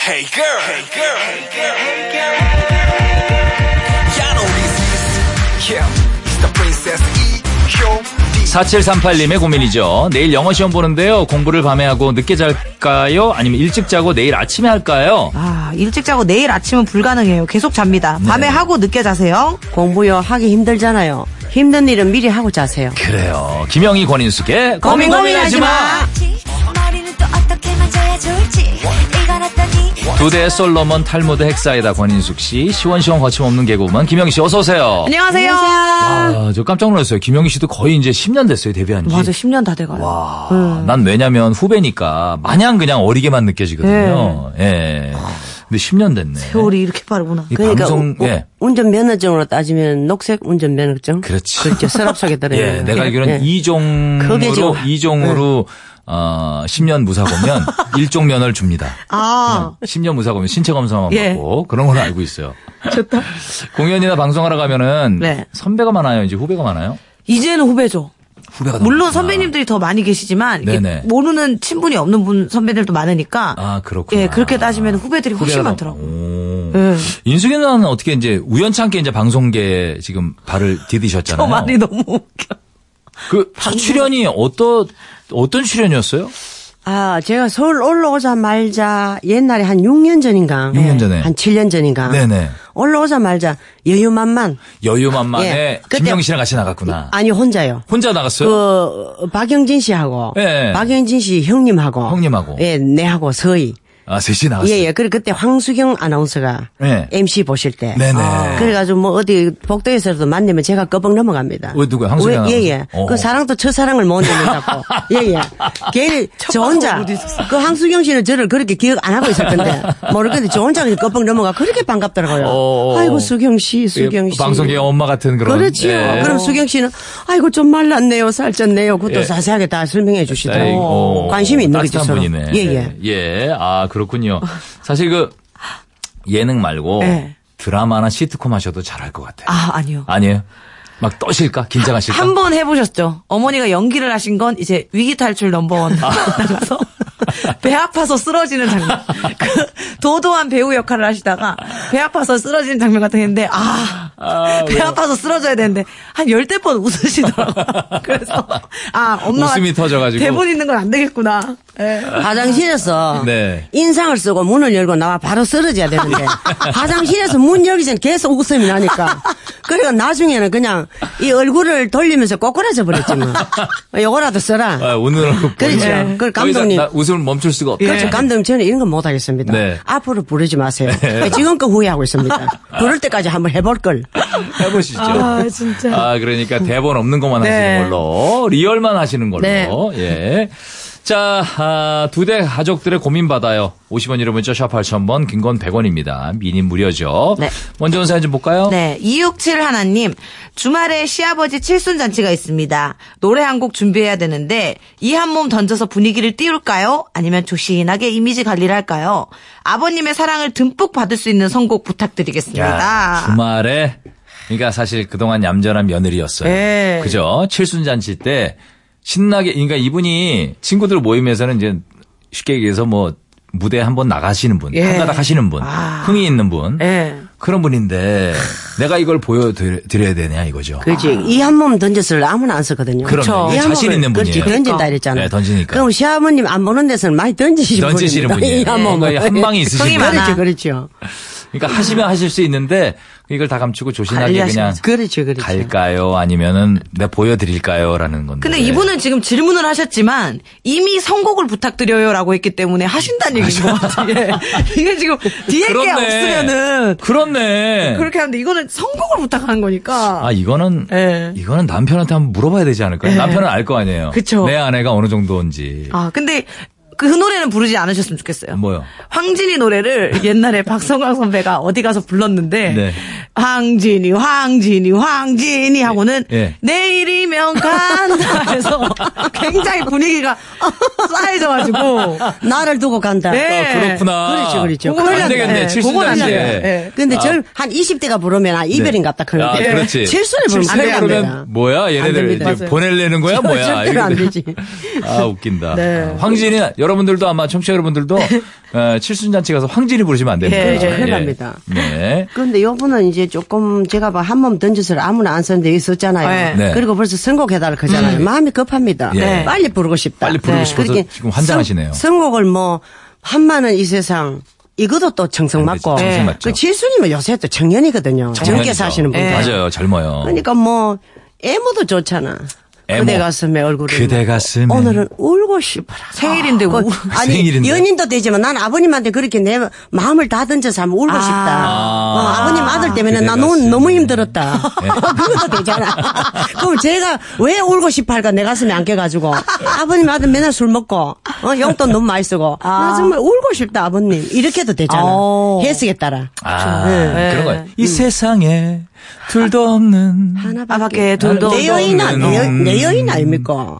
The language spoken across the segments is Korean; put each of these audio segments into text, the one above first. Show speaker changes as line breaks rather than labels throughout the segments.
Hey girl. Hey girl. Hey girl. Hey girl. Yeah, I know this is. Yeah, it's the princess E. Show.
4738님의 고민이죠. 내일 영어 시험 보는데요. 공부를 밤에 하고 늦게 잘까요? 아니면 일찍 자고 내일 아침에 할까요?
아, 일찍 자고 내일 아침은 불가능해요. 계속 잡니다. 밤에 하고 늦게 자세요.
네. 공부요 하기 힘들잖아요. 힘든 일은 미리 하고 자세요.
그래요. 김영희 권인숙의 고민
고민
고민하지
고민하지
마.
마.
머리는 또 어떻게 만져야 좋을지 이건 어떠니
두대 솔로몬 탈모드 헥사이다 권인숙 씨, 시원시원 거침없는 개그우먼 김영희 씨 어서 오세요.
안녕하세요.
아, 저 깜짝 놀랐어요. 김영희 씨도 거의 이제 10년 됐어요, 데뷔한 지.
맞아, 10년 다 돼가요. 음.
와, 난 왜냐면 후배니까 마냥 그냥 어리게만 느껴지거든요. 예. 근데 10년 됐네.
네. 세월이 이렇게 빠르구나.
이 방송,
그러니까 우-
예.
운전면허증으로 따지면 녹색 운전면허증.
그렇지.
그렇죠. 서랍 속에 들어.
예, 내가 알기로는
그게 지금-
이종으로, 이종으로, 어, 10년 무사고면 일종 면허를 줍니다.
아,
10년 무사고면 신체 검사만
예.
받고 그런 걸 알고 있어요. 좋다. 공연이나 방송하러 가면은
네.
선배가 많아요, 이제 후배가 많아요?
이제는 후배죠.
후배가 더
물론
많구나.
선배님들이 더 많이 계시지만 이게
아. 네네.
모르는 친분이 없는 분 선배들도 많으니까
아, 그렇구나.
예, 그렇게 따지면 후배들이 훨씬
후배가 더-
많더라고요.
오.
예.
인숙이 누나는 어떻게 이제 우연찮게 이제 방송계에 지금 발을 디디셨잖아요.
저 말이 너무 웃겨.
그 출연이 어떤 어떤 출연이었어요?
아, 제가 서울 올라오자 말자 옛날에 한 6년 전인가.
육년 전에.
한 7년 전인가.
네네.
올라오자 말자 여유만만.
여유만만에
예. 그때-
김영희 씨랑 같이 나갔구나.
아니 혼자요.
혼자 나갔어요?
그 박영진 씨하고
예.
박영진 씨 형님하고
형님하고.
예, 내하고 서희.
아 셋이 나갔어요.
예, 예. 그리고 그때 황수경 아나운서가
예.
MC 보실 때.
네네.
그래가지고 뭐 어디 복도에서도 만나면 제가 꺼벅 넘어갑니다.
왜 누구야? 황수경
왜? 예, 예.
아나운서? 어.
그 사랑도 첫사랑을 못 잊는다고. 예, 예. 괜히 저 혼자. 그 황수경 씨는 저를 그렇게 기억 안 하고 있을 텐데. 모르겠는데 저 혼자 그냥 꺼벅 넘어가. 그렇게 반갑더라고요.
어.
아이고, 수경 씨, 수경 씨.
방송계 엄마 같은 그런.
그렇지요.
예.
그럼 수경 씨는 아이고 좀 말랐네요, 살쪘네요. 그것도
예.
자세하게 다 설명해
아이고, 어,
주시더라고. 관심이 있는 거죠.
따뜻한
서로.
분이네.
예, 예.
예. 아 그렇군요. 사실 그 예능 말고
예.
드라마나 시트콤 하셔도 잘할 것 같아요.
아, 아니요.
아니에요? 막 떠실까? 긴장하실까?
한 번 해보셨죠. 어머니가 연기를 하신 건 이제 위기 탈출 넘버원
아.
나가서 배 아파서 쓰러지는 장면. 그 도도한 배우 역할을 하시다가 배 아파서 쓰러지는 장면 같은 했는데 아.
예.
배 아파서 쓰러져야 되는데 한 열댓 번 웃으시더라고요. 그래서 아 엄마가
웃음이 터져가지고.
대본 있는 건 안 되겠구나. 예.
화장실에서
네.
인상을 쓰고 문을 열고 나와 바로 쓰러져야 되는데 화장실에서 문 열기 전에 계속 웃음이 나니까 그리고 나중에는 그냥 이 얼굴을 돌리면서 꼬꾸라져 버렸지 뭐 요거라도 써라
아, 오늘
그렇죠. 그 감독님.
웃음을 멈출 수가 없다.
그렇죠 감독님 저는 이런 건 못하겠습니다
예. 네.
앞으로 부르지 마세요 지금껏 후회하고 있습니다 부를 때까지 한번 해볼 걸
해보시죠.
아, 진짜.
아, 그러니까 대본 없는 것만
네.
하시는 걸로. 리얼만 하시는 걸로.
네.
예. 자, 아, 두 대 가족들의 고민 받아요. 50원 이름 문자 샵 8000번, 긴 건 100원입니다. 미니 무료죠.
네.
먼저 온 사연 좀 볼까요?
네, 267 하나님. 주말에 시아버지 칠순 잔치가 있습니다. 노래 한 곡 준비해야 되는데 이 한 몸 던져서 분위기를 띄울까요? 아니면 조신하게 이미지 관리를 할까요? 아버님의 사랑을 듬뿍 받을 수 있는 선곡 부탁드리겠습니다.
야, 아, 주말에 그러니까 사실 그동안 얌전한 며느리였어요.
예.
그죠? 칠순잔치 때 신나게 그러니까 이분이 친구들 모임에서는 이제 쉽게 얘기해서 뭐 무대 한번 나가시는 분,
예.
한가닥 하시는 분,
아.
흥이 있는 분
예.
그런 분인데 내가 이걸 보여드려야 되냐 이거죠.
그렇지. 이 한 몸 던졌을 아무나 안 썼거든요.
아.
그렇죠.
그럼요.
이
자신
한몸을
있는
그렇지.
분이에요.
던진다
그러니까.
이랬잖아요.
네, 던지니까.
그럼 시아버님 안 보는 데서는 많이 던지시는 분이에요.
던지시는 분이에요.
이 한
예,
몸을.
한 방이 있으신
그렇죠, 그렇죠.
분이에요.
그렇죠.
그러니까 하시면 하실 수 있는데 이걸 다 감추고 조신하게 그냥
관리하시면서.
그렇죠. 그렇죠.
갈까요? 아니면은 내가 보여드릴까요라는 건데.
근데 이분은 지금 질문을 하셨지만 이미 선곡을 부탁드려요라고 했기 때문에 하신다는 얘기인 것 같아요. 예. 이게 지금 뒤에 게
그렇네.
없으면은
그렇네.
그렇게 하는데 이거는 선곡을 부탁하는 거니까.
아 이거는
예.
이거는 남편한테 한번 물어봐야 되지 않을까요?
예.
남편은 알 거 아니에요.
그쵸.
내 아내가 어느 정도인지.
아, 근데 그 노래는 부르지 않으셨으면 좋겠어요.
뭐요?
황진이 노래를 옛날에 박성광 선배가 어디 가서 불렀는데
네.
황진이, 황진이, 황진이 하고는
예.
내일이면 간다 해서 굉장히 분위기가 쌓여져가지고.
나를 두고 간다.
네.
아, 그렇구나.
그렇죠, 그렇죠.
그건
안 되겠네.
네, 그건 안 돼요. 네.
70년대.
근데 젊, 한 20대가 부르면 아, 이별인 같다. 그런
아,
게. 예. 뭐
그렇지.
칠순을 부르면 큰일
칠순에
납니다.
그러면 뭐야? 얘네들
됩니다.
이제 보내려는 거야? 뭐야?
절대로 안 되지.
아, 웃긴다.
네.
아, 황진이, 여러분들도 아마 청취자 여러분들도 어, 칠순잔치 가서 황진이 부르시면 안 됩니다.
예,
네. 큰일 납니다.
네.
그런데 요분은 이제 조금 제가 봐 한 몸 던져서 아무나 안 쓰는데 여기 썼잖아요.
네. 네.
그리고 벌써 선곡해달라 그러잖아요. 마음이 급합니다. 네.
예.
빨리 부르고 싶다. 네.
빨리 부르고 싶어서
그렇게
지금 환장하시네요.
선- 선곡을 뭐 한마는 이 세상 이것도 또 청성
안 되지,
맞고
네, 청성
예.
맞죠.
그 칠순이면 요새 또 청년이거든요. 젊게
청년이죠.
사시는 분들.
예. 맞아요. 젊어요.
그러니까 뭐 애모도 좋잖아.
애모.
그대 가슴에 얼굴을
그대
묻고
가슴에.
오늘은 울고 싶어라.
생일인데 우-
그- 아니
생일인데.
연인도 되지만 난 아버님한테 그렇게 내 마음을 다 던져서 한번 울고 싶다.
아.
어, 아버님 아들 때문에
그대
나 너무,
가슴에. 네.
너무 힘들었다. 그것도 되잖아. 그럼 제가 왜 울고 싶어 할까 내 가슴에 안겨가지고 아버님 아들 맨날 술 먹고 어, 용돈 너무 많이 쓰고
아.
나 정말 울고 싶다 아버님 이렇게도 되잖아.
어.
해석에 따라.
아,
네.
그런 거예요. 이 세상에 둘도 없는
아, 밖에 돌도.
내 여인, 아- 내, 여-
음.
내 여인 아닙니까?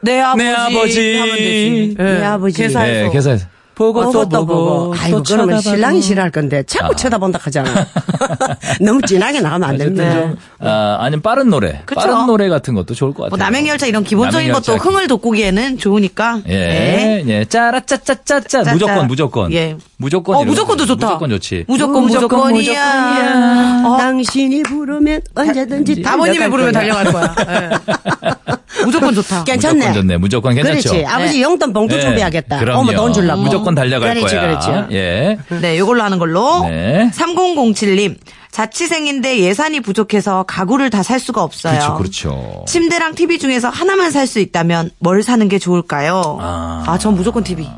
내 아버지.
내 아버지.
하면 되지.
내 아버지.
네,
계산해서.
계산해서. 보고 또 보고.
아이고,
또
그러면
쳐다봐도.
신랑이 싫어할 건데 자꾸 쳐다본다 하잖아. 너무 진하게 나가면 안
어쨌든
됩니다.
네.
좀, 아, 아니면 빠른 노래.
그쵸.
빠른 노래 같은 것도 좋을 것 같아요.
뭐 남행열차 이런 기본적인 것도
네. 남행열차.
흥을 돋구기에는 좋으니까.
예, 예. 짜라짜짜짜짜.
짜짜.
무조건, 무조건.
예.
무조건.
어,
이런
무조건도
거.
좋다.
무조건 좋지.
무조건, 무조건 무조건이야. 어,
당신이 부르면
예,
언제든지
다모님의
달려갈
부르면
거야.
달려갈 거야. 예. 무조건 좋다.
아, 괜찮네.
무조건 좋네. 무조건 괜찮죠.
그렇지.
네.
아버지 용돈 봉투
예.
준비하겠다.
그럼요.
어머 돈 줄라고.
무조건 달려갈
그렇지,
거야.
그렇지.
예.
네, 요걸로 하는 걸로.
네.
3007님. 자취생인데 예산이 부족해서 가구를 다 살 수가
그렇죠,
없어요.
그렇죠.
침대랑 TV 중에서 하나만 살 수 있다면 뭘 사는 게 좋을까요?
아.
아, 전 무조건 TV.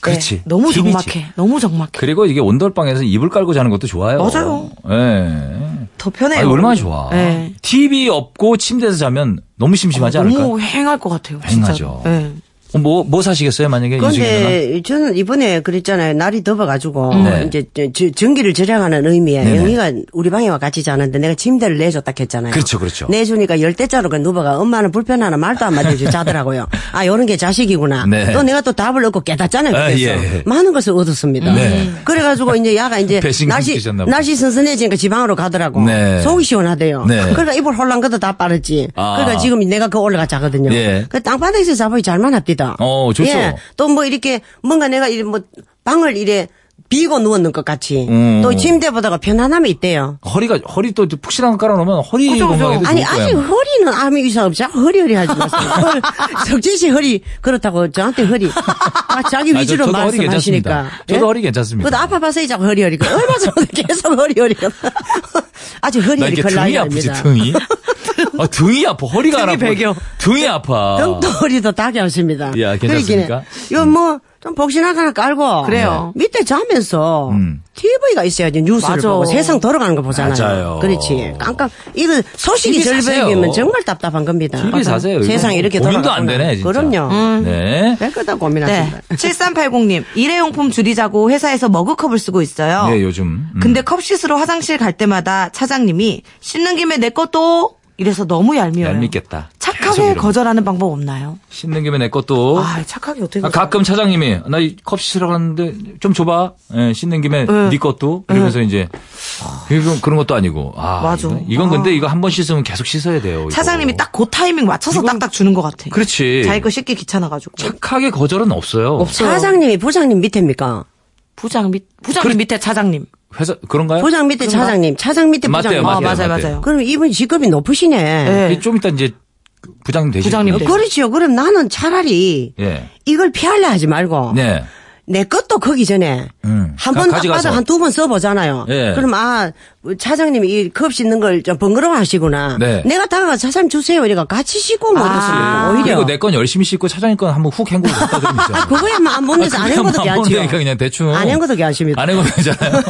그렇지.
네. 너무
TV지.
적막해. 너무 적막해.
그리고 이게 온돌방에서 이불 깔고 자는 것도 좋아요.
맞아요.
예.
더 편해요.
네.
아니, 얼마나 좋아.
예.
TV 없고 침대에서 자면 너무
어,
심심하지 않을까?
너무 행할 것 같아요. 진짜.
행하죠.
예.
어, 뭐, 뭐 사시겠어요? 만약에 인수인 누나?
그런데 저는 이번에 그랬잖아요. 날이 더워가지고
네.
이제 저- 저- 전기를 절약하는 의미에
네네.
영희가 우리 방에 와 같이 자는데 내가 침대를 내줬다 했잖아요.
그렇죠, 그렇죠.
내주니까 열대자로 그 누버가 엄마는 불편하나 말도 한마디 없이 자더라고요. 아, 요런 게 자식이구나.
네.
또 내가 또 답을 얻고 깨닫잖아요.
아,
그래서
예, 예.
많은 것을 얻었습니다.
네.
그래가지고 이제 야가 이제
배신감
날씨
느끼셨나 보다.
날씨 선선해지니까 지방으로 가더라고.
네.
속이 시원하대요.
네.
그러니까 이불 홀랑거도 다 빠르지.
아.
그러니까 지금 내가 그 올라가 자거든요.
예.
그 땅바닥에서 자보니 잘만 합디다.
어, 좋죠.
또 뭐 이렇게 뭔가 내가 이래 뭐 방을 이래 비고 누웠는 것 같이
음.
또 침대보다가 편안함이 있대요.
허리가, 허리 또 푹신한 거 깔아놓으면 허리
그죠, 그죠.
건강에도 좋을
아니
거야.
아직 허리는 아무 이상 없죠. 허리허리 하지 마세요. 헐, 석진 씨 허리 그렇다고 저한테 허리 아, 자기
아, 저-
위주로
저도 허리
말씀하시니까. 예?
괜찮습니다. 저도 허리 괜찮습니다.
그래도 아파봐서 자꾸 허리허리. 그 얼마 전에 계속 허리허리. 아주
나
허리허리
이게
걸 나이
등이 아프지,
아닙니다.
등이. 아, 등이 아파. 허리가 안 아파.
배겨.
등이 아파.
등도리도 다게 하십니다.
야, 어. 예, 괜찮습니까? 음.
이거 뭐, 좀 복신하거나 깔고. 네.
그래요.
밑에 자면서.
음.
TV가 있어야지 뉴스를
맞아.
보고 세상 돌아가는 거 보잖아요.
맞아요.
그렇지. 깜깜. 이거 소식이
TV 사세요.
절벽이면 정말 답답한 겁니다.
TV 사세요.
세상
이거
이렇게 돌아가.
고민도 안 되네, 진짜.
그럼요. 음.
네.
될 거다 고민하신다.
음. 네. 7380님, 일회용품 줄이자고 회사에서 머그컵을 쓰고 있어요.
네, 요즘. 음.
근데 컵 씻으러 화장실 갈 때마다 차장님이 씻는 김에 내 것도 이래서 너무 얄미워요.
얄밉겠다. 계속
착하게
이러면.
거절하는 방법 없나요?
씻는 김에 내 것도.
아, 착하게 어떻게.
아,
거절-
가끔 차장님이 나 컵 씻으러 갔는데 좀 줘봐. 예, 씻는 김에
응.
네 것도
예.
이러면서 이제 이건 그런 것도 아니고. 아,
맞아.
이건, 이건 근데 이거 한 번 씻으면 계속 씻어야 돼요. 이거.
차장님이 딱 그 타이밍 맞춰서
이건-
딱딱 주는 것 같아.
그렇지.
자기 거 씻기 귀찮아가지고.
착하게 거절은 없어요.
없어요.
사장님이 부장님 밑입니까?
부장 밑, 부장님 밑에 차장님.
회사 그런가요?
부장 밑에
그런가?
차장님, 차장 밑에
네? 맞대요,
부장님.
맞-
맞대요,
아, 맞아요, 맞아요.
그럼 이분 직급이 높으시네. 어,
네.
좀 이따 이제 부장님 되시
부장님
거예요?
되시-
그렇지요. 그럼 나는 차라리
예.
이걸 피하려 하지 말고
네.
내 것도 거기 전에
음.
한
가-
번
가져가서.
바닥 한 두 번 써보잖아요.
예.
그럼 아 차장님이 이 컵 씻는 걸 좀 번거로워하시구나.
네.
내가 다가가 차장님 주세요. 이러니까 같이 씻고 먹었어요.
아,
오히려
그리고 내 건 열심히 씻고 차장님 건 한번 훅 헹구고 갖다 드리면 되잖아요.
그거야만 안 먹는 데서
아,
안 헹궈도
그냥 안 먹는
괜찮지요.
데니까 그냥 대충.
안 헹궈도 괜찮습니다.
안 헹궈도 괜찮아요.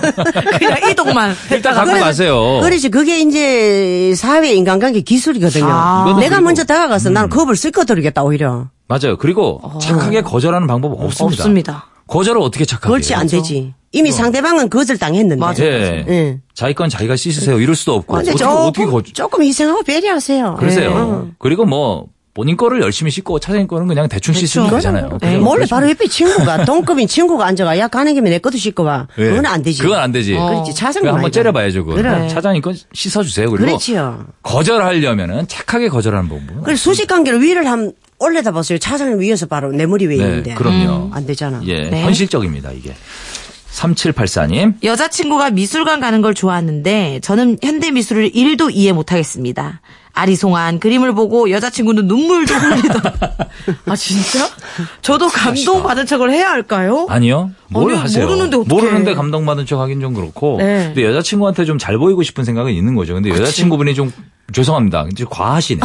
그냥 이동만.
일단 갖고
아, 그래서-
가세요.
그렇지. 그게 이제 사회 인간관계 기술이거든요.
아.
이거는
내가
그리고- 음.
먼저 다가가서 나는 컵을 쓸거 들이겠다 오히려. 어.
맞아요. 그리고 착하게 거절하는 방법 없습니다.
없습니다.
거절을 어떻게 착하게?
그렇지
해요?
안 되지.
어.
이미 상대방은 그것을 당했는데.
예.
예.
자기 건 자기가 씻으세요. 이럴 수도 없고.
근데
어떻게,
조금,
어떻게 거,
조금 희생하고 배려하세요.
그러세요.
예. 어.
그리고 뭐, 본인 거를 열심히 씻고 차장님 거는 그냥 대충 씻으면 되잖아요.
예,
그죠?
몰래
그렇죠.
바로 옆에 친구가 동급인 친구가 앉아가 야 가는 김에 내 것도 씻고 와.
예.
그건 안 되지.
그건 안 되지.
그렇지 차상
그거 한번 째려봐야죠. 그거.
그래.
차장님 건 씻어주세요. 그리고
그렇지요.
거절하려면은 착하게 거절하는 방법.
그래 수직 관계로 위를 한 올려다 봤어요. 차상을 위에서 바로 내 머리 위에 있는데. 음.
네, 그럼요.
안 되잖아.
예,
네.
현실적입니다, 이게. 3784님.
여자친구가 미술관 가는 걸 좋아하는데 저는 현대 미술을 1도 이해 못하겠습니다. 아리송한 그림을 보고 여자친구는 눈물도 흘리더라. 아 진짜? 저도 감동받은 척을 해야 할까요?
아니요. 뭘
아니요,
하세요?
모르는데 어떡해.
모르는데 감동받은 척 하긴 좀 그렇고.
네.
근데 여자친구한테 좀 잘 보이고 싶은 생각은 있는 거죠. 근데 여자친구분이 좀 죄송합니다. 근데 좀 과하시네.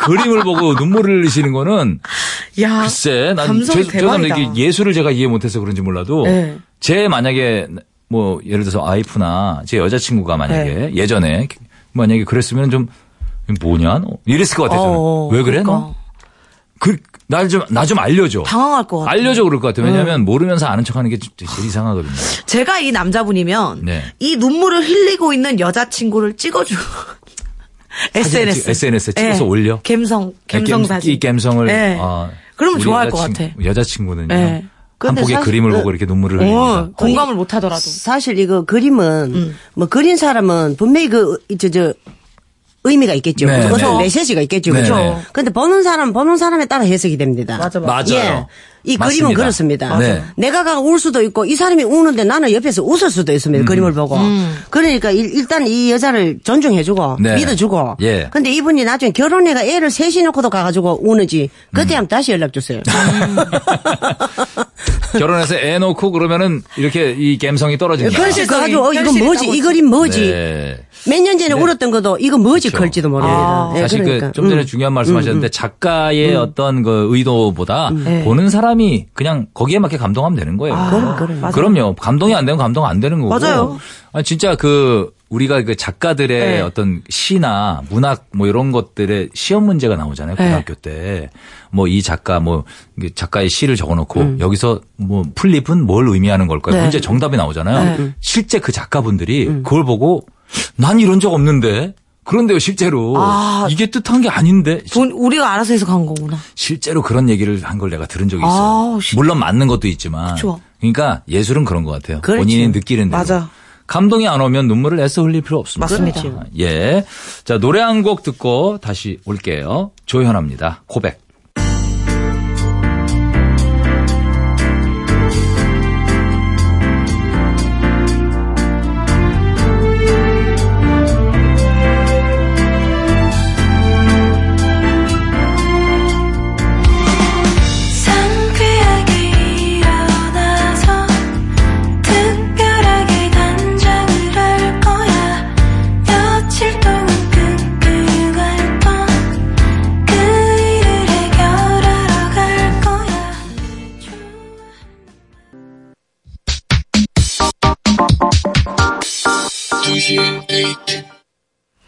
그림을 보고 눈물을 흘리시는 거는
야,
글쎄, 난
감성이
죄-
대박이다.
죄송합니다. 이게 예술을 제가 이해 못해서 그런지 몰라도
네.
제 만약에 뭐 예를 들어서 아이프나 제 여자친구가 만약에
네.
예전에 만약에 그랬으면 좀 뭐냐 너? 이랬을 것 같아요. 저는.
어,
왜 그래
그러니까.
너? 그날 좀 나 좀 알려줘.
당황할 것 같아요.
알려줘 그럴 것 같아요. 왜냐하면 모르면서 아는 척하는 게 좀- 제일 이상하거든요. 아,
제가 이 남자분이면
네.
이 눈물을 흘리고 있는 여자친구를 찍어줘.
사진을
SNS
찍- SNS 에 찍어서 올려?
감성 감성
겜-
사진.
이 감성을.
네.
아,
그러면
우리
좋아할 것
여자친-
같아.
여자친구는요.
네.
한
근데
폭의
사실-
그림을
어.
보고 이렇게 눈물을
어,
흘립니다.
공감을 못 하더라도.
사실 이거 그림은 뭐 그린 사람은 분명히 그저저 의미가 있겠죠.
네,
어떤
네.
메시지가 있겠죠.
네,
그죠?
네.
근데 보는 사람 보는 사람에 따라 해석이 됩니다. 예.
맞아,
맞아. 맞아요.
이
맞습니다.
그림은 그렇습니다.
네.
내가 가 울 수도 있고 이 사람이 우는데 나는 옆에서 웃을 수도
음.
있습니다. 그림을 보고. 그러니까 일, 단이 여자를 존중해주고
네.
믿어주고.
예.
근데 이분이 나중에 결혼해가 애를 셋이 놓고도 가가지고 우는지
음.
그때 한번 다시 연락 주세요.
아, 결혼해서 애 놓고 그러면은 이렇게 이 감성이 떨어진다.
현실적인-
그래가지고 어, 이건
현실이
뭐지?
따고
이 그림 뭐지?
네.
몇 년 전에 울었던 것도 이거 뭐지
그렇죠.
걸지도 모릅니다. 예,
사실 그
그러니까.
좀 전에
음.
중요한 말씀하셨는데 작가의 어떤 그 의도보다
네.
보는 사람이 그냥 거기에 맞게 감동하면 되는 거예요.
그럼, 그래. 맞아요.
그럼요. 감동이 안 되면 감동 안 되는 거고.
맞아요.
아니, 진짜 그 우리가 그 작가들의
그렇죠. 네.
어떤 시나 문학 뭐 이런 것들의 시험 문제가 나오잖아요.
네.
고등학교 때 뭐 이 작가 뭐 이게 작가의 시를 적어놓고 여기서 뭐 풀잎은 뭘 의미하는 걸까요?
음. 네. 음.
문제 정답이 나오잖아요. 실제 그 작가분들이 그걸 보고 난 이런 적 없는데 그런데요 실제로
아.
이게 뜻한 게 아닌데
돈 우리가 알아서 해서 간 거구나.
실제로 그런 얘기를 한 걸 내가 들은 적이
아,
있어요.
시-
물론 맞는 것도 있지만
그쵸.
러니까 예술은 그런 것 같아요.
그렇지.
본인이 느끼는 대로.
맞아.
감동이 안 오면 눈물을 애써 흘릴 필요 없습니다.
맞습니다.
아, 예. 자, 노래 한 곡 듣고 다시 올게요. 조현아입니다. 고백.
상쾌하게 일어나서 특별하게 단장을 할 거야 며칠 동안 끙끙할 뻔그 일을 해결하러 갈 거야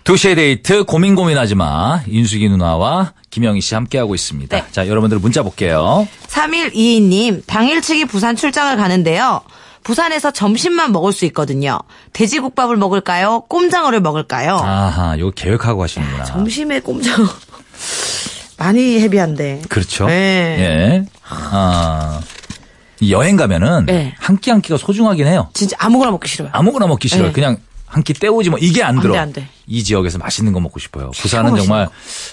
두시의 데이트 고민 고민하지 마. 인숙이 누나와 김영희 씨 함께하고 있습니다.
네.
자, 여러분들 문자 볼게요.
3122님, 당일치기 부산 출장을 가는데요. 부산에서 점심만 먹을 수 있거든요. 돼지국밥을 먹을까요? 꼼장어를 먹을까요?
아하, 요 계획하고 하시는구나.
점심에 꼼장어. 많이 헤비한데.
그렇죠.
네.
예. 아, 이 여행 가면은
네.
한 끼 한 끼가 소중하긴 해요.
진짜 아무거나 먹기 싫어요.
아무거나 먹기 싫어요.
네.
그냥 한 끼 때우지 뭐 이게 안
안
들어.
돼, 안 돼.
이 지역에서 맛있는 거 먹고 싶어요. 부산은
맛있는
정말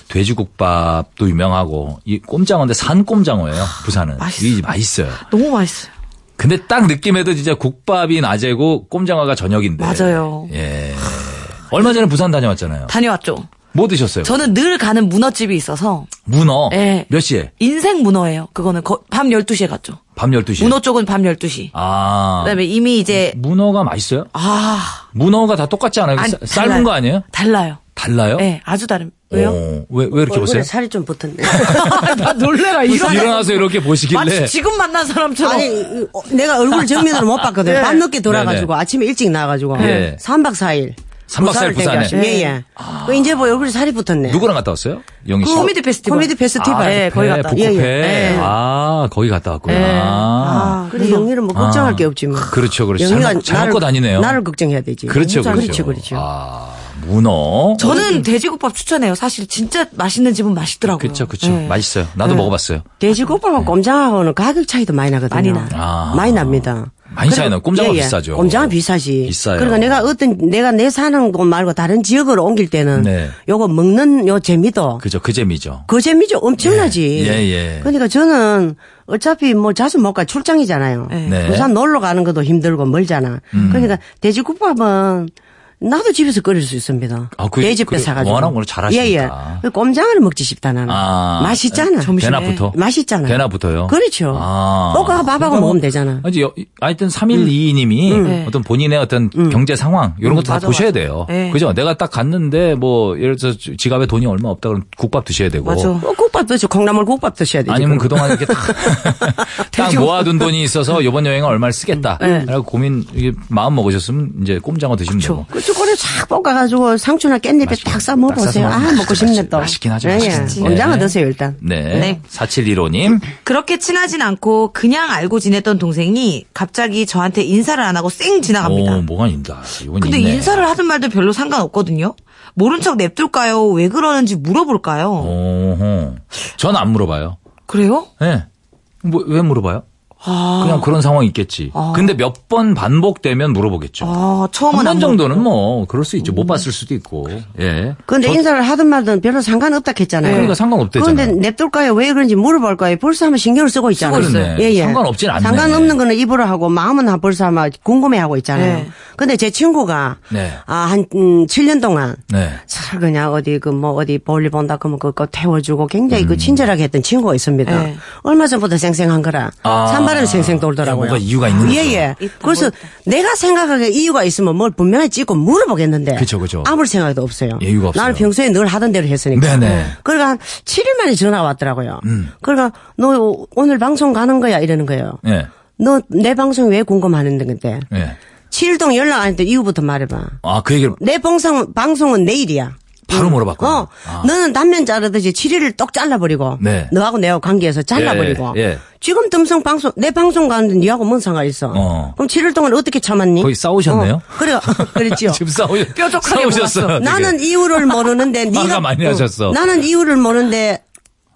돼지국밥도 유명하고 이 꼼장어인데 산 꼼장어예요. 부산은
맛있어.
이 맛있어요.
너무 맛있어요.
근데 딱 느낌에도 진짜 국밥이 낮에고 꼼장어가 저녁인데.
맞아요.
예. 얼마 전에 부산 다녀왔잖아요.
다녀왔죠?
뭐 드셨어요?
저는 늘 가는 문어집이 있어서
문어.
예.
몇 시에?
인생 문어예요. 그거는 거- 밤 12시에 갔죠.
밤 12시.
문어 쪽은 밤 12시.
아.
그다음에 이미 이제
문어가 맛있어요?
아,
문어가 다 똑같지 않아요?
아니,
쌀-
달라요.
삶은 거 아니에요?
달라요.
달라요?
네, 아주 다른. 왜요?
어, 왜, 왜 이렇게
얼굴에
보세요?
살이 좀 붙었네.
나 놀래라
일어나- 일어나서 이렇게 보시길래.
마치 지금 만난 사람처럼
아니 어, 내가 얼굴 정면으로 못 봤거든. 요 밤늦게 돌아가지고
네. 네네.
아침에 일찍 나와가지고
예.
삼 3박 4일
3박 4일 부산에. 아.
예, 예. 그 이제 뭐 얼굴에 살이 붙었네.
누구랑 갔다 왔어요? 영희 씨.
그 코미디 페스티벌.
코미디 페스티벌.
아,
예, 거기 갔다.
북코페.
예, 예. 예.
아, 거기 갔다 왔구나.
예.
아.
그래 영희는 뭐 걱정할 게 없지 뭐.
그렇죠, 그렇죠.
영희가
잘 먹- 잘
나를-
먹고 다니네요.
나를 걱정해야 되지.
그렇죠, 그렇죠.
그렇죠, 그렇죠.
아, 문어.
저는 돼지국밥 추천해요. 사실 진짜 맛있는 집은 맛있더라고요.
그쵸, 그쵸.
예.
맛있어요. 나도 먹어봤어요.
돼지국밥하고 꼼장하고는 가격 차이도 많이 나거든요.
많이 나요.
아.
많이 납니다.
많이 차이 나요. 꼼장은
예, 예.
비싸죠.
꼼장은 비싸지.
비싸요.
그러니까 내가 어떤 내가 내 사는 곳 말고 다른 지역으로 옮길 때는
네.
요거 먹는 요 재미도
그죠, 그 재미죠.
그 재미죠. 엄청나지.
예, 예, 예.
그러니까 저는 어차피 뭐 자주 못 가 출장이잖아요.
네. 음.
부산 놀러 가는 것도 힘들고 멀잖아. 그러니까 돼지국밥은 나도 집에서 끓일 수 있습니다.
아, 그-
돼지배
그
사가지고.
워낙 오늘 잘하시니까.
예, 예. 그 꼼장을 먹지 싶다 나는.
아.
맛있잖아.
점심에.
대낮부터.
맛있잖아.
대낮부터요.
그렇죠.
아.
볶아 밥하고 먹으면 되잖아.
아니, 여- 하여튼 3122님이 네. 어떤 본인의 어떤 경제 상황, 이런 것도 다
맞아,
보셔야
맞아.
돼요.
예.
그죠? 내가 딱 갔는데 뭐, 예를 들어서 지갑에 돈이 얼마 없다 그러면 국밥 드셔야 되고.
맞아.
어, 국밥 드셔. 콩나물 국밥 드셔야 되지.
아니면
그럼.
그동안 이렇게 딱, 딱 모아둔 돈이 있어서 이번 여행에 얼마를 쓰겠다.
네.
라고 고민, 이게 마음 먹으셨으면 이제 꼼장어 드시면 되고.
그 초콜릿 싹 볶아가지고 상추나 깻잎에 딱 싸
싸서
먹어보세요. 아,
먹으면
먹고
맛있-
싶네 또.
맛있긴 하죠.
예,
맛있긴
예.
하죠.
꼼장어
네.
드세요 일단.
네.
네.
4715님.
그렇게 친하진 않고 그냥 알고 지냈던 동생이 갑자기 저한테 인사를 안 하고 쌩 지나갑니다.
오, 뭐가 있다. 이건
근데
있네.
인사를 하든 말든 별로 상관없거든요. 모른 척 냅둘까요? 왜 그러는지 물어볼까요?
오호. 전 안 물어봐요.
그래요?
예. 뭐, 왜 물어봐요?
아.
그냥 그런 상황이 있겠지. 근데 몇 번 반복되면 물어보겠죠.
아, 음. 처음은
한
안
번 정도는 뭐, 그럴 수 있죠. 못 봤을 수도 있고.
네.
예.
근데 인사를 하든 말든 별로 상관없다 했잖아요.
그러니까 상관없대잖아요.
그런데 냅둘까요? 왜 그런지 물어볼까요? 벌써 한번 신경을 쓰고 있잖아요. 예,
쓰고 있네. 상관없진 않네.
상관없는 거는 입으로 하고 마음은 아, 벌써 아마 궁금해하고 있잖아요.
네.
근데 제 친구가
네.
아, 한 음, 7년 동안
네.
참 그냥 어디 그 뭐 어디 볼일 본다 그러면 그거 태워주고 굉장히
음.
그 친절하게 했던 친구가 있습니다.
네.
얼마 전부터 쌩쌩한 거라
아.
산바람이 쌩쌩 돌더라고요.
뭔가 이유가 있는 거죠.
예예. 그래서 내가 생각하기에 이유가 있으면 뭘 분명히 찍고 물어보겠는데
그쵸, 그쵸.
아무리 생각해도 없어요.
예, 이유가 없어요.
나는 평소에 늘 하던 대로 했으니까.
네네. 음.
그러니까 한 7일 만에 전화 왔더라고요. 그러니까 너 오늘 방송 가는 거야 이러는 거예요.
예.
너 내 방송 왜 궁금하는데 근데
예.
7일 동안 연락 안 했는데 이유부터 말해봐.
아, 그 얘기를
내 방송, 방송은 내일이야.
바로 물어봤구나.
어,
아.
너는 단면 자르듯이 7일을 똑 잘라버리고.
네.
너하고 내하고 관계해서 잘라버리고.
예, 예.
지금 듬성 방송, 내 방송 가는데 니하고 뭔 상관 있어.
어.
그럼 7일 동안 어떻게 참았니?
거의 싸우셨네요?
어, 그래, 그랬지요.
지금 싸우셨,
뾰족하게
싸우셨어요. 되게.
나는 이유를 모르는데
화가
네가
많이 나셨어.
나는 이유를 모르는데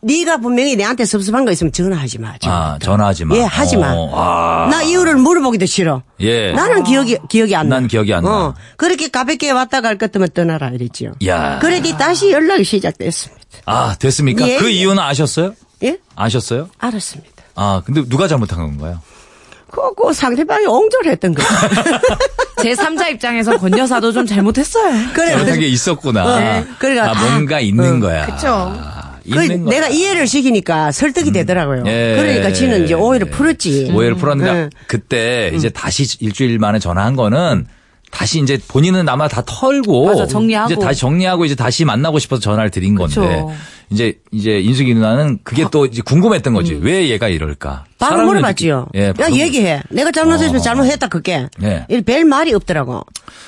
네가 분명히 내한테 섭섭한 거 있으면 전화하지 마.
아,
지금부터.
전화하지 마.
예, 하지 마.
어, 아.
나 이유를 물어보기도 싫어.
예.
나는 기억이 기억이 안 나.
난 기억이 안 나.
어, 그렇게 가볍게 왔다 갈 것들만 떠나라 이랬지요.
야.
그러니 다시 연락이 시작됐습니다.
아, 됐습니까?
예,
그
예.
이유는 아셨어요?
예?
아셨어요?
알았습니다.
아, 근데 누가 잘못한 건가요?
그거 그 상대방이 옹졸했던 거.
제 3자 입장에서 권 여사도 좀 잘못했어요.
그래.
잘못한 게 있었구나.
네, 그러니까
아,
다-
뭔가 있는 거야.
그쵸.
아,
그
있는 거야.
내가 이해를 시키니까 설득이 되더라고요.
예. 음.
그러니까 지는 이제 오해를 풀었지.
오해를 풀었는데
네.
그때 이제 다시 일주일 만에 전화한 거는 다시 이제 본인은 아마 다 털고
맞아, 정리하고.
이제 다시 정리하고 이제 다시 만나고 싶어서 전화를 드린 건데
그쵸.
이제 이제 인숙이 누나는 그게 또 이제 궁금했던 거지 왜 얘가 이럴까?
아. 음. 바로
사람을
물어봤지요.
이렇게- 예,
야,
바로
얘기해. 내가 잘못했으면
어.
잘못했다, 그게.
예.
이별 말이 없더라고.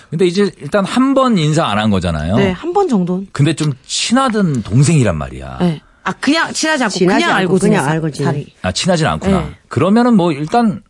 근데 이제 일단 한 번 인사 안 한 거잖아요.
네, 한 번 정도는.
근데 좀 친하던 동생이란 말이야.
네. 아, 그냥 친하지 않고
친하지
그냥
않고
알고
그냥
지냈어.
알고 지내.
다리.
아, 친하진 않구나.
네.
그러면은 뭐 일단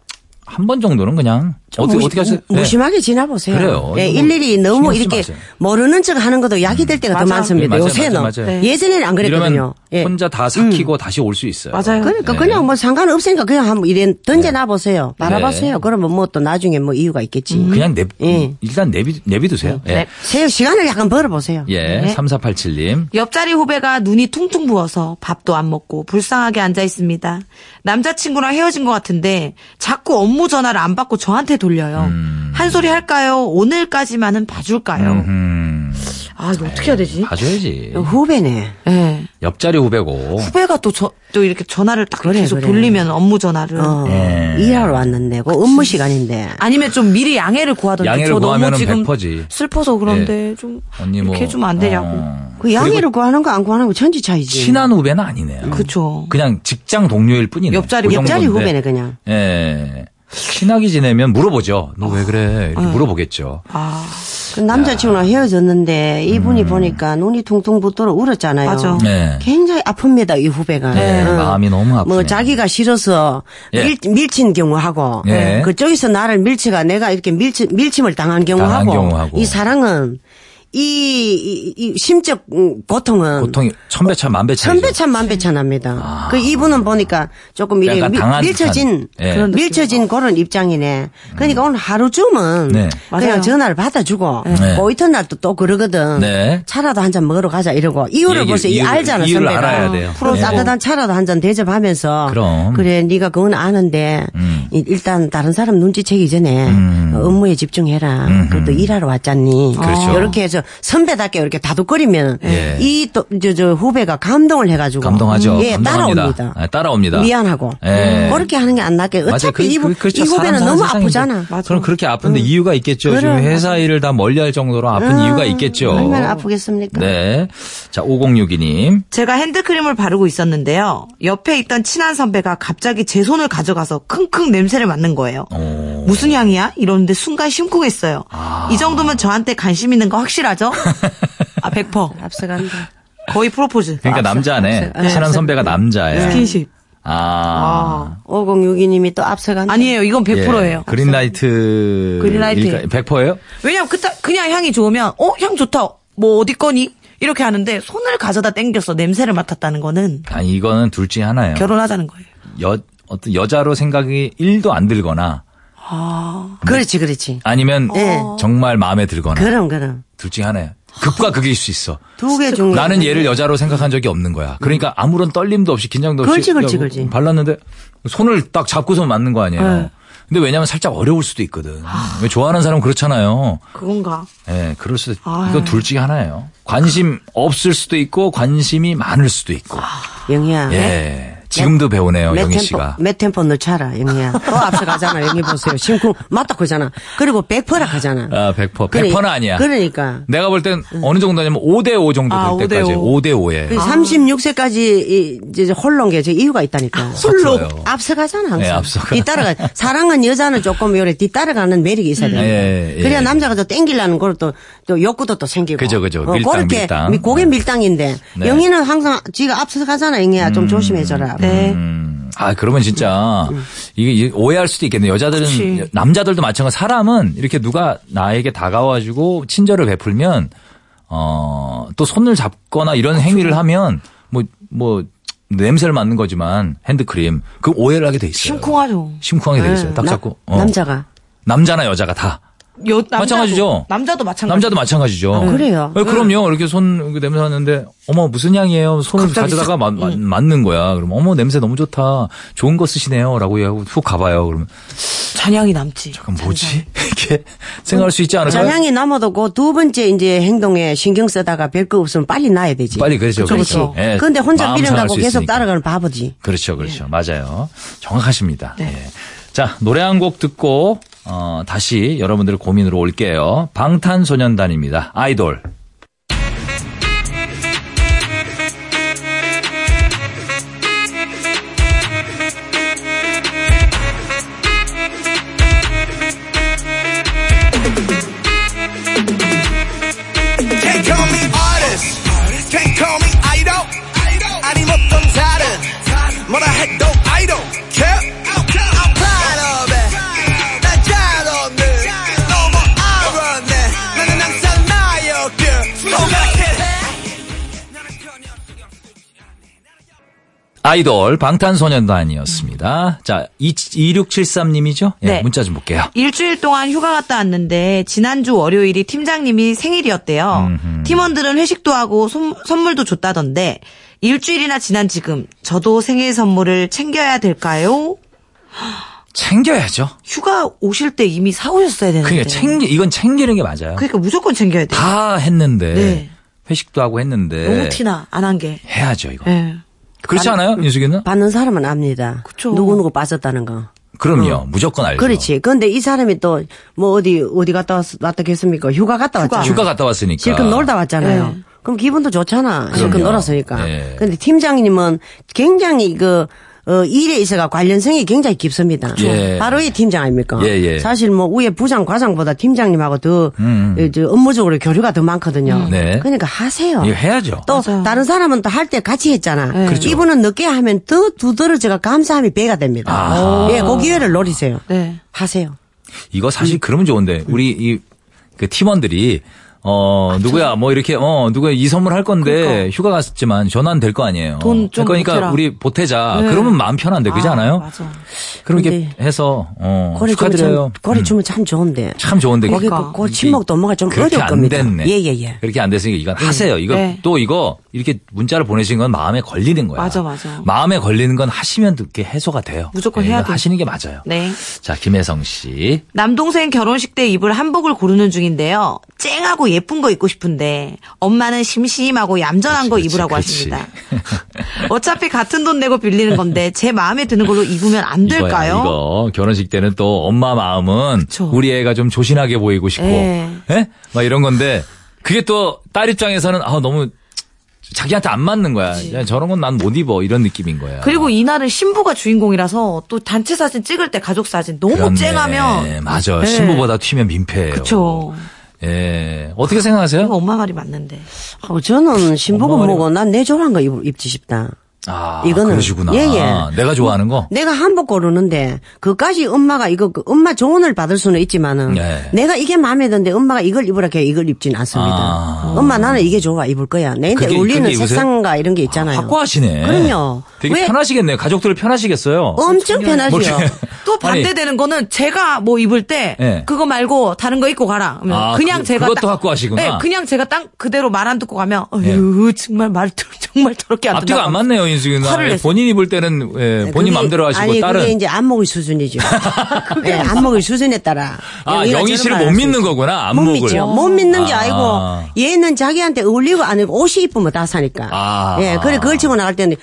한 번 정도는 그냥 어떻게
무시-
어떻게 하세요? 네.
무심하게 지나보세요.
그래요.
예,
이거 뭐
일일이
신경
너무
쓰지
이렇게
마세요.
모르는 척 하는 것도 약이 될 때가 더
맞아.
많습니다.
예, 맞아요,
요새는. 네.
맞아요, 맞아요.
예전에는 안
이러면
그랬거든요. 예.
혼자 다 삭히고 다시 올 수 있어요.
맞아요.
그러니까
네.
그냥 뭐 상관없으니까 그냥 한번 이래 던져놔보세요. 바라보세요.
네.
그러면 뭐 또 나중에 뭐 이유가 있겠지.
음. 그냥 내,
예. 네.
일단 내비, 내비두세요. 예.
세요 시간을 약간 벌어보세요.
예, 3487님.
옆자리 후배가 눈이 퉁퉁 부어서 밥도 안 먹고 불쌍하게 앉아 있습니다. 남자친구랑 헤어진 것 같은데 자꾸 업무 전화를 안 받고 저한테 돌려요. 한 소리 할까요? 오늘까지만은 봐줄까요?
음,
아, 이거 어떻게 해야 되지?
봐줘야지.
그 어. 후배네.
예.
옆자리 후배고.
후배가 또 저, 또 이렇게 전화를 딱
그래,
계속
그래.
돌리면 업무 전화를.
어,
예.
일하러 왔는데, 그 업무 시간인데.
아니면 좀 미리 양해를 구하던지.
양해를
저 너무
구하면은
지금
100%지.
슬퍼서 그런데 좀
언니 뭐.
이렇게 좀 안 되냐고.
어.
그 양해를 구하는 거 안 구하는 거 천지 차이지.
친한 후배는 아니네요.
그쵸.
그냥 직장 동료일 뿐이네.
옆자리-
그 정도인데.
옆자리 후배네, 그냥. 아.
예. 친하게 지내면 물어보죠. 너 왜 그래? 이렇게 물어보겠죠.
아,
그 남자친구랑 헤어졌는데 이분이 보니까 눈이 퉁퉁 붙도록 울었잖아요.
맞아.
음. 네.
굉장히 아픕니다 이 후배가.
네,
응.
마음이 너무 아프네요.
뭐 자기가 싫어서
예.
밀, 밀친 경우하고 어,
예.
그쪽에서 나를 밀치가 내가 이렇게 밀치, 밀침을 당한
당한
경우하고,
경우하고.
이 사랑은 이, 이, 이 심적 음, 고통은
보통 천배차 만배차.
천배찬 만배찬합니다. 그 이분은 보니까 조금 이게
아. 약간
밀-
당한
밀쳐진
듯한, 예. 음.
그런 느낌.
밀쳐진 그런 입장이네. 그러니까 오늘 하루쯤은
네.
그냥
맞아요.
전화를 받아주고
네.
뭐 이튿날도 또 그러거든.
네.
차라도 한 잔 먹으러 가자 이러고 이유를
얘기-
벌써 이
이유를-
알잖아
이유를
선배가.
알아야 돼요.
프로
네.
따뜻한 차라도 한 잔 대접하면서
그럼. 음.
래 네가 그건 아는데 이- 일단 다른 사람 눈치채기 전에 어, 업무에 집중해라. 그것도 일하러 왔잖니.
음. 그렇죠.
이렇게 해서 선배답게 이렇게 다독거리면
예.
이 또 저 저 후배가 감동을 해가지고
감동하죠.
예,
감동합니다.
따라옵니다.
아, 따라옵니다.
미안하고 음,
예.
그렇게 하는 게 안 낫게
맞아요.
어차피
그-
이, 후-
그- 그렇죠.
이
사람
후배는
사는
너무
세상인데.
아프잖아.
그럼 그렇게 아픈데 이유가 있겠죠. 지금 회사 일을 다 멀리할 정도로 아픈 이유가 있겠죠.
얼마나 아프겠습니까?
네. 자, 5062님.
제가 핸드크림을 바르고 있었는데요. 옆에 있던 친한 선배가 갑자기 제 손을 가져가서 킁킁 냄새를 맡는 거예요.
오.
무슨 향이야? 이러는데 순간 심쿵했어요.
아.
이 정도면 저한테 관심 있는 거 확실하죠? 아, 100%.
앞서간다.
거의 프로포즈.
그러니까
아,
남자네. 친한 선배가 남자야.
스킨십.
아.
5062님이 또 앞서간다.
아니에요. 이건
예.
100%예요.
아,
그린라이트.
그린라이트.
100%예요?
왜냐면 그냥 향이 좋으면 어, 향 좋다. 뭐 어디 거니? 이렇게 하는데 손을 가져다 땡겨서 냄새를 맡았다는 거는
아니, 이거는 둘 중에 하나예요.
결혼하자는 거예요.
여, 어떤 여자로 생각이 1도 안 들거나
그렇지 그렇지.
아니면
예.
정말 마음에 들거나
그럼 그럼
둘 중에 하나예요. 극과 극일 수 있어.
두 개 중에
나는 얘를 여자로 생각한 적이 없는 거야. 그러니까 아무런 떨림도 없이 긴장도 없이
그렇지, 그렇지,
야, 뭐,
그렇지. 네.
발랐는데 손을 딱 잡고서 맞는 거 아니에요. 근데 왜냐면 살짝 어려울 수도 있거든. 왜 좋아하는 사람은 그렇잖아요.
그건가?
예, 그럴 수도
아유.
이건 둘 중에 하나예요. 관심 없을 수도 있고 관심이 많을 수도 있고.
아, 영희야. 네.
예. 지금도 배우네요,
몇
영희
템포,
씨가.
몇 템포 넣자라, 영희야. 또 앞서가잖아, 영희 보세요. 심쿵, 맞다, 그잖아. 그리고 100%라 하잖아.
아, 100%.
그래,
100%는 아니야.
그러니까.
내가 볼 땐 어느 정도냐면 5대5 정도
아,
될
5대5.
때까지. 5대5에.
그 36세까지 이, 이제 홀론 게제 이유가 있다니까.
홀로.
앞서가잖아 항상.
예, 아, 앞서가.
뒤따라가. 사랑은 여자는 조금 요래 뒤따라가는 매력이 있어야 돼.
예, 예.
그래야 남자가 또 땡기려는 걸또또 욕구도 또 생기고.
그죠, 그죠.
어,
밀당,
그렇게
밀당.
미- 그게 밀당인데
네.
영희는 항상 지가 앞서가잖아 영희야. 좀 조심해줘라.
네.
음, 아, 그러면 진짜 이게 이게 오해할 수도 있겠네요. 여자들은
그치.
남자들도 마찬가지 사람은 이렇게 누가 나에게 다가와 주고 친절을 베풀면 어 또 손을 잡거나 이런 행위를 하면 뭐 뭐 냄새를 맡는 거지만 핸드크림 그 오해를 하게 돼 있어요.
심쿵하죠. 네.
심쿵하게 돼 있어요. 딱
나-
잡고 어.
네, 남자가.
남자나 여자가 다
여- 남자도-
마찬가지죠.
남자도 마찬가지.
남자도 마찬가지죠.
아, 그래요?
네, 그럼요. 이렇게 손 이렇게 냄새 맡는데 어머 무슨 향이에요? 손을
갑자기 예.
가져다가
싹,
마- 마- 맡는 거야. 그럼 어머 냄새 너무 좋다. 좋은 거 쓰시네요라고 하고 훅 가봐요. 그러면
잔향이 남지.
그럼 뭐지? 이렇게 생각할 수 있지 않을까요?
자향이 남아도 그 두 번째 이제 행동에 신경 쓰다가 별거 없으면 빨리 놔야 되지.
빨리 그렇죠.
그렇죠.
예,
그런데 혼자
마음
비련
상할
가고
수
계속
있으니까.
따라가는 바보지.
그렇죠, 그렇죠.
예.
맞아요. 정확하십니다.
네.
예. 자 노래 한 곡 듣고 어, 다시 여러분들의 고민으로 올게요. 방탄소년단입니다. 아이돌.
Can't call me artist. Can't call me idol. 아님 어떤 다른 뭐라 해도 idol. Care? I'm proud of it. 난 잘없네. 너무 알았네. 나는 항상 나였게.
아이돌 방탄소년단이었습니다. 자, 2, 2673님이죠? 예,
네.
문자 좀 볼게요.
일주일 동안 휴가 갔다 왔는데 지난주 월요일이 팀장님이 생일이었대요. 팀원들은 회식도 하고 선- 선물도 줬다던데 일주일이나 지난 지금 저도 생일 선물을 챙겨야 될까요?
챙겨야죠.
휴가 오실 때 이미 사오셨어야 되는데.
그러니까 챙기, 이건 챙기는 게 맞아요.
네. 그러니까 무조건 챙겨야 돼. 요
다 했는데,
네.
회식도 하고 했는데,
너무 티나 안 한 게.
해야죠, 이거.
예.
그렇지 않아요, 인숙이는?
받는 사람은 압니다.
그쵸.
누구누구 빠졌다는 거.
그럼요, 무조건 알죠.
그렇지. 그런데 이 사람이 또, 뭐, 어디, 어디 갔다 왔, 왔다겠습니까? 휴가 갔다
휴가.
왔잖아.
휴가 갔다 왔으니까.
실컷 놀다 왔잖아요.
네.
그럼 기분도 좋잖아. 실컷 놀았으니까.
네.
근데 팀장님은 굉장히 그, 어, 일에 있어가 관련성이 굉장히 깊습니다.
예.
바로 이 팀장 아닙니까?
예, 예.
사실 뭐 위에 부장 과장보다 팀장님하고 더
음, 음.
예, 저 업무적으로 교류가 더 많거든요.
네.
그러니까 하세요.
이거 해야죠.
또
맞아요.
다른 사람은 또 할 때 같이 했잖아.
네.
그렇죠.
이분은 늦게 하면 더 두드러져가 감사함이 배가 됩니다.
아하.
예, 그 기회를 노리세요.
네.
하세요.
이거 사실 그러면 좋은데 우리 이 그 팀원들이 어 누구야 뭐 이렇게 어 누구야 이 선물 할 건데 휴가 갔었지만 전화는 될 거 아니에요.
돈좀
그러니까
보태라.
우리 보태자.
네.
그러면 마음 편한데 그지
아,
않아요?
맞아.
그렇게
근데
해서 어
고래 주면 참,
축하드려요.
고래
음,
주면 참 좋은데.
참 좋은데
거기
그러니까.
그 침묵도 엄마가 좀
그렇게
어려울
안
겁니다.
됐네.
예, 예, 예.
그렇게 안 됐으니까 이건 하세요. 이거
네.
또 이거 이렇게 문자를 보내신 건 마음에 걸리는 거야.
맞아, 맞아.
마음에 걸리는 건 하시면 그게 해소가 돼요.
무조건
예,
해야
이거
돼요.
하시는 게 맞아요.
네.
자 김혜성 씨.
남동생 결혼식 때 입을 한복을 고르는 중인데요. 쨍하고 예쁜 거 입고 싶은데 엄마는 심심하고 얌전한 거
그치,
입으라고
그치.
하십니다. 어차피 같은 돈 내고 빌리는 건데 제 마음에 드는 걸로 입으면 안
이거야,
될까요?
이거 결혼식 때는 또 엄마 마음은
그쵸.
우리 애가 좀 조신하게 보이고 싶고,
예.
예? 막 이런 건데 그게 또 딸 입장에서는 아 너무 자기한테 안 맞는 거야. 야, 저런 건 난 못 입어 이런 느낌인 거야.
그리고 이날은 신부가 주인공이라서 또 단체 사진 찍을 때 가족 사진 너무
그렇네.
쨍하면
맞아
예.
신부보다 튀면 민폐예요.
그쵸.
예 어떻게
이거
생각하세요?
엄마 말이 맞는데
어, 저는 신부고
엄마 머리가-
뭐고 난내 조란 거 입, 입지 싶다.
아
이거는-
그러시구나.
예, 예.
내가 좋아하는 거.
내가 한복 고르는데 그까지 엄마가 이거 그 엄마 조언을 받을 수는 있지만은
네.
내가 이게 마음에 드는데 엄마가 이걸 입으라 해 이걸 입진 않습니다.
아.
엄마 나는 이게 좋아 입을 거야. 내한테
그게-
어울리는
그게 입으세요?
색상과 이런 게 있잖아요.
확고하시네.
그럼요.
되게
왜-
편하시겠네요. 가족들 편하시겠어요.
엄청 편하죠.
머리-
또
아니,
반대되는 거는 제가 뭐 입을 때
예.
그거 말고 다른 거 입고 가라. 그러면
아,
그냥
그-
제가
그것도
딱-
갖고 가시구나. 예.
예, 그냥 제가 땅 그대로 말 안 듣고 가면 어휴 정말 말 정말 저렇게 안
앞뒤가
듣나
안 맞네요, 인수이
화를 냈어요.
본인 입을 때는 예, 본인
네, 그게-
마음대로 하시고
아니,
딸은
그게 이제 안목의 수준이죠. 예, 안목의 수준에 따라.
아 영희
영희가 저런
씨를
말
못
할수
믿는
있죠.
거구나
못
안목을.
믿죠. 못 믿는 게
아.
아니고 얘는 자기한테 어울리고 안 어울리고 옷이 이쁘면 다 사니까.
아.
예, 그래 그걸 치고 나갈 때는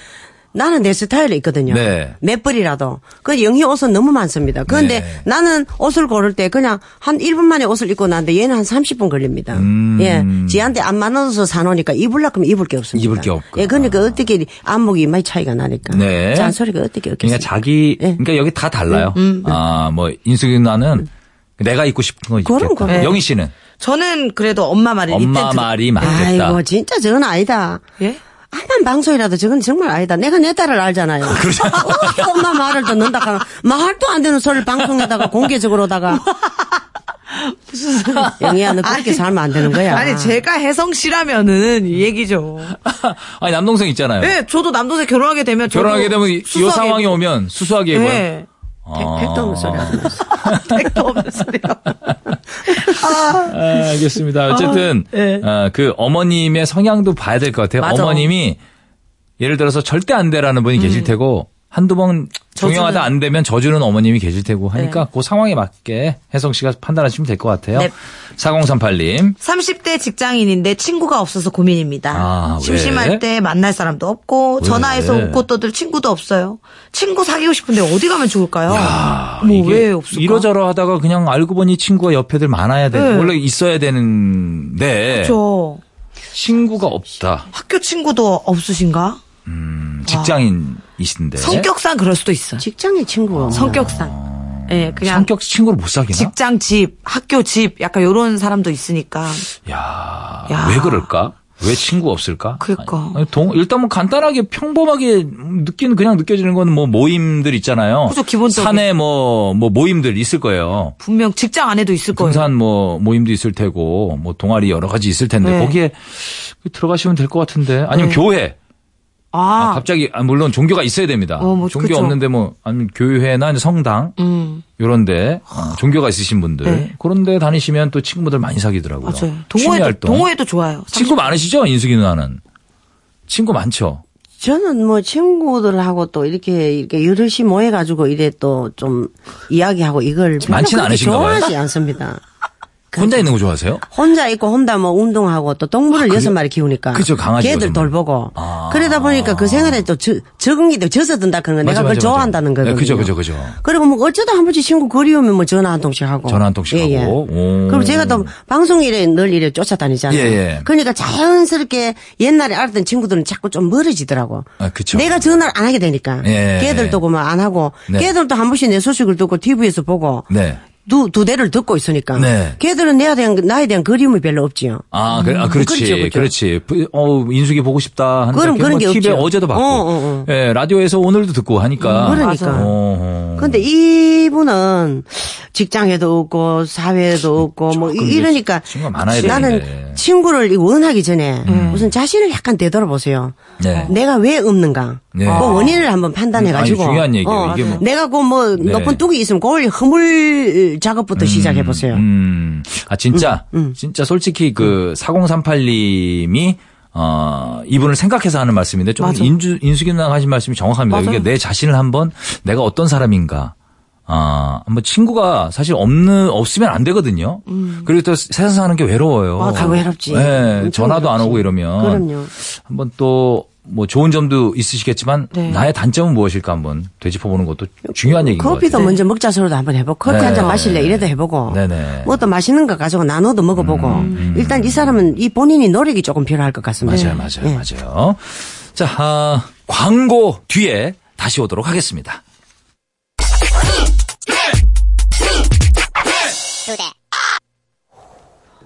나는 내 스타일이 있거든요.
네.
몇 벌이라도. 그 영희 옷은 너무 많습니다. 그런데
네.
나는 옷을 고를 때 그냥 한 1분 만에 옷을 입고 나는데 얘는 한 30분 걸립니다.
음.
예. 지한테 안 맞아서 사놓으니까 입을라 그러면 입을 게 없습니다.
입을 게 없고.
예, 그러니까 어떻게 안목이 많이 차이가 나니까.
네.
잔소리가 어떻게 없겠습니까?
그러니까 자기
예. 음,
그러니까 여기 다 달라요. 아뭐 인숙이 누나는 내가 입고 싶은 거
그럼,
입겠다.
그럼.
영희 씨는
저는 그래도 엄마
네,
말을 이때
엄마
들어-
말이 맞겠다.
아이고 진짜 저건 아니다.
예?
아만 방송이라도 저건 정말 아니다. 내가 내 딸을 알잖아요. 어떻게 엄마 말을 듣는다 하면 말도 안 되는 소리를 방송에다가 공개적으로다가 영희야 너 그렇게 살면 안 되는 거야.
아니 제가 혜성 씨라면은 이 얘기죠.
아니 남동생 있잖아요.
네.
예, 저도 남동생 결혼하게 되면 저도 예.
결혼하게 되면 이- 이
수수하게
상황이 오면 수수하게 입어요.
예.
아.
택도 없는 소리 하지 마세요.
택도 없는 소리야.
아, 알겠습니다. 어쨌든
아, 예.
아, 그 어머님의 성향도 봐야 될 것 같아요.
맞아.
어머님이 예를 들어서 절대 안 돼라는 분이 계실
음.
테고 한두 번 종영하다 안 되면 저주는 어머님이 계실 테고 하니까 그 상황에 맞게 혜성 씨가 판단하시면 될 것 같아요.
네.
4038님.
30대 직장인인데 친구가 없어서 고민입니다.
아, 왜?
심심할 때 만날 사람도 없고 전화해서 웃고 떠들 친구도 없어요. 친구 사귀고 싶은데 어디 가면 좋을까요? 뭐
아, 이게
왜 없을까?
이러저러 하다가 그냥 알고 보니 친구가 옆에들 많아야 돼.
네.
원래 있어야 되는데
그렇죠.
친구가 없다.
학교 친구도 없으신가?
음, 직장인이신데
성격상 그럴 수도 있어. 요
직장의 친구가 없나?
성격상. 예, 그냥
성격 친구를 못 사귀나?
직장 집, 학교 집 약간 요런 사람도 있으니까.
야,
야.
왜 그럴까? 왜 친구 없을까?
그러니까.
아니, 동- 일단 뭐 간단하게 평범하게 느끼는 그냥 느껴지는 건 뭐 모임들 있잖아요.
그죠, 기본적인.
산에 뭐, 뭐 모임들 있을 거예요.
분명 직장 안에도 있을 거예요.
등산 뭐 모임도 있을 테고 뭐 동아리 여러 가지 있을 텐데
네.
거기에 그 들어가시면 될 것 같은데 아니면 교회 아,
아,
갑자기 아, 물론 종교가 있어야 됩니다.
어, 뭐,
종교
그쵸.
없는데 뭐 아니면 교회나 이제 성당
음,
요런데 어, 종교가 있으신 분들
네.
그런데 다니시면 또 친구들 많이 사귀더라고요.
맞아요.
취미
동호회도,
활동.
동호회도 좋아요.
친구 많으시죠? 인숙이 누나는. 친구 많죠?
저는 뭐 친구들하고 또 이렇게 이렇게 여럿이 모여가지고 이래 또 좀 이야기하고 이걸 별로
많지는
그렇게
않으신가 봐요.
좋아하지 않습니다.
혼자 있는 거 좋아하세요?
혼자 있고 혼자 뭐 운동하고 또 동물을 여섯 마리 키우니까
그죠, 강아지
걔들
요즘은.
돌보고
아.
그러다 보니까 그 생활에 또 저, 적응이 돼 젖어든다 그런 거 내가
맞아,
그걸
맞아,
좋아한다는
맞아. 네,
거거든요.
그죠, 그죠, 그죠.
그리고 뭐 어쩌다 한 번씩 친구 그리우면 뭐 전화 한 통씩 하고 예,
전화 한 통씩 하고. 오.
그리고 제가 또 방송일에 늘 이래 쫓아다니잖아요.
예, 예.
그러니까 자연스럽게 옛날에 알았던 친구들은 자꾸 좀 멀어지더라고.
아, 그쵸.
내가 전화를 안 하게 되니까
예.
걔들도 그만 안 하고
네.
걔들도 한 번씩 내 소식을 듣고 TV에서 보고
네.
두, 두 대를 듣고 있으니까.
네.
걔들은 나에 대한, 나에 대한 그림이 별로 없지요.
아, 그, 아
그렇죠,
그렇지.
그렇죠.
그렇지 어, 인숙이 보고 싶다. 하는
그럼 그런 게
TV에
없죠.
어제도 봤고.
어, 어, 어.
예, 라디오에서 오늘도 듣고 하니까.
음, 그러니까.
어, 어.
근데 이분은 직장에도 없고, 사회에도 없고, 뭐, 이-
조금 이제
이러니까.
친구가 많아야
나는
되는데. 음.
친구를 이 원하기 전에 우선 자신을 약간 되돌아보세요.
네.
내가 왜 없는가.
네.
그
아.
원인을 한번 판단해가지고.
아니, 중요한 얘기예요.
어,
이게 뭐-
내가 그 뭐,
네.
높은 뚝이 있으면 그걸 허물 작업부터 시작해보세요.
음. 아, 진짜.
음.
진짜 솔직히 그 4038님이 어, 이분을 생각해서 하는 말씀인데 좀 인주, 인숙이 누나 하신 말씀이 정확합니다. 이게 내 자신을 한번 내가 어떤 사람인가. 아, 한번 친구가 사실 없는, 없으면 안 되거든요. 그리고 또 세상 사는 게 외로워요.
음. 아, 다 외롭지.
예,
엄청
전화도 안
외롭지.
오고 이러면.
그럼요.
한번 또, 뭐 좋은 점도 있으시겠지만
네.
나의 단점은 무엇일까 한번 되짚어보는 것도
그
중요한 얘기인 것
커피도
같아요.
먼저 먹자 서로도 한번 해보고 커피
네.
한 잔 마실래 이래도 해보고
네네. 음.
뭐 또 맛있는 거 가지고 나눠도 먹어보고 일단 이 사람은 이 본인이 노력이 조금 필요할 것 같습니다.
네.
예.
맞아요, 맞아요, 맞아요. 자, 아, 광고 뒤에 다시 오도록 하겠습니다.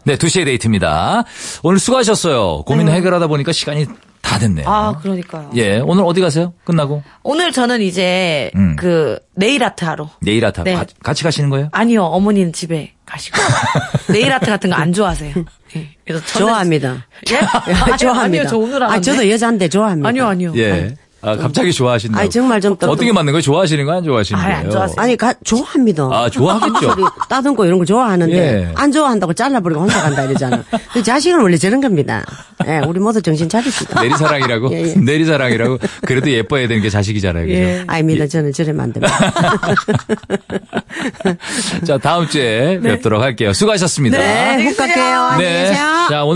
네, 2시의 데이트입니다. 오늘 수고하셨어요. 고민 해결하다 보니까 시간이 다 됐네요.
네. 아, 그러니까요.
예, 오늘 어디 가세요? 끝나고?
오늘 저는 이제
음.
그 네일 아트 하러.
내일 아타
네.
가- 같이 가시는 거예요?
아니요, 어머니는 집에 가시고. 네일 아트 같은 거 안 좋아하세요. 예. 그래서 저는-
좋아합니다.
예? 아니요,
좋아합니다.
아니요, 저 오늘 안
아, 저도 여자인데 좋아합니다.
아니요, 아니요.
예. 아, 갑자기 좋아하신다고.
아니, 정말 좀 또-
어떻게 맞는 거예요? 좋아하시는 거예요? 안 좋아하시는
아니,
거예요?
안 좋아하세요.
아니, 가- 좋아합니다.
아, 좋아하겠죠.
소리 따듬고 이런 거 좋아하는데
예.
안 좋아한다고 잘라버리고 혼자 간다 이러잖아. 그 자식은 원래 저런 겁니다. 예, 우리 모두 정신 차립시다.
내리사랑이라고?
예, 예.
내리사랑이라고? 그래도 예뻐야 되는 게 자식이잖아요. 그죠?
예.
아닙니다. 저는 저러면 안 됩니다.
자, 다음 주에 뵙도록 할게요. 수고하셨습니다.
네, 훅 갈게요. 안녕히
네.
계세요.
자, 오늘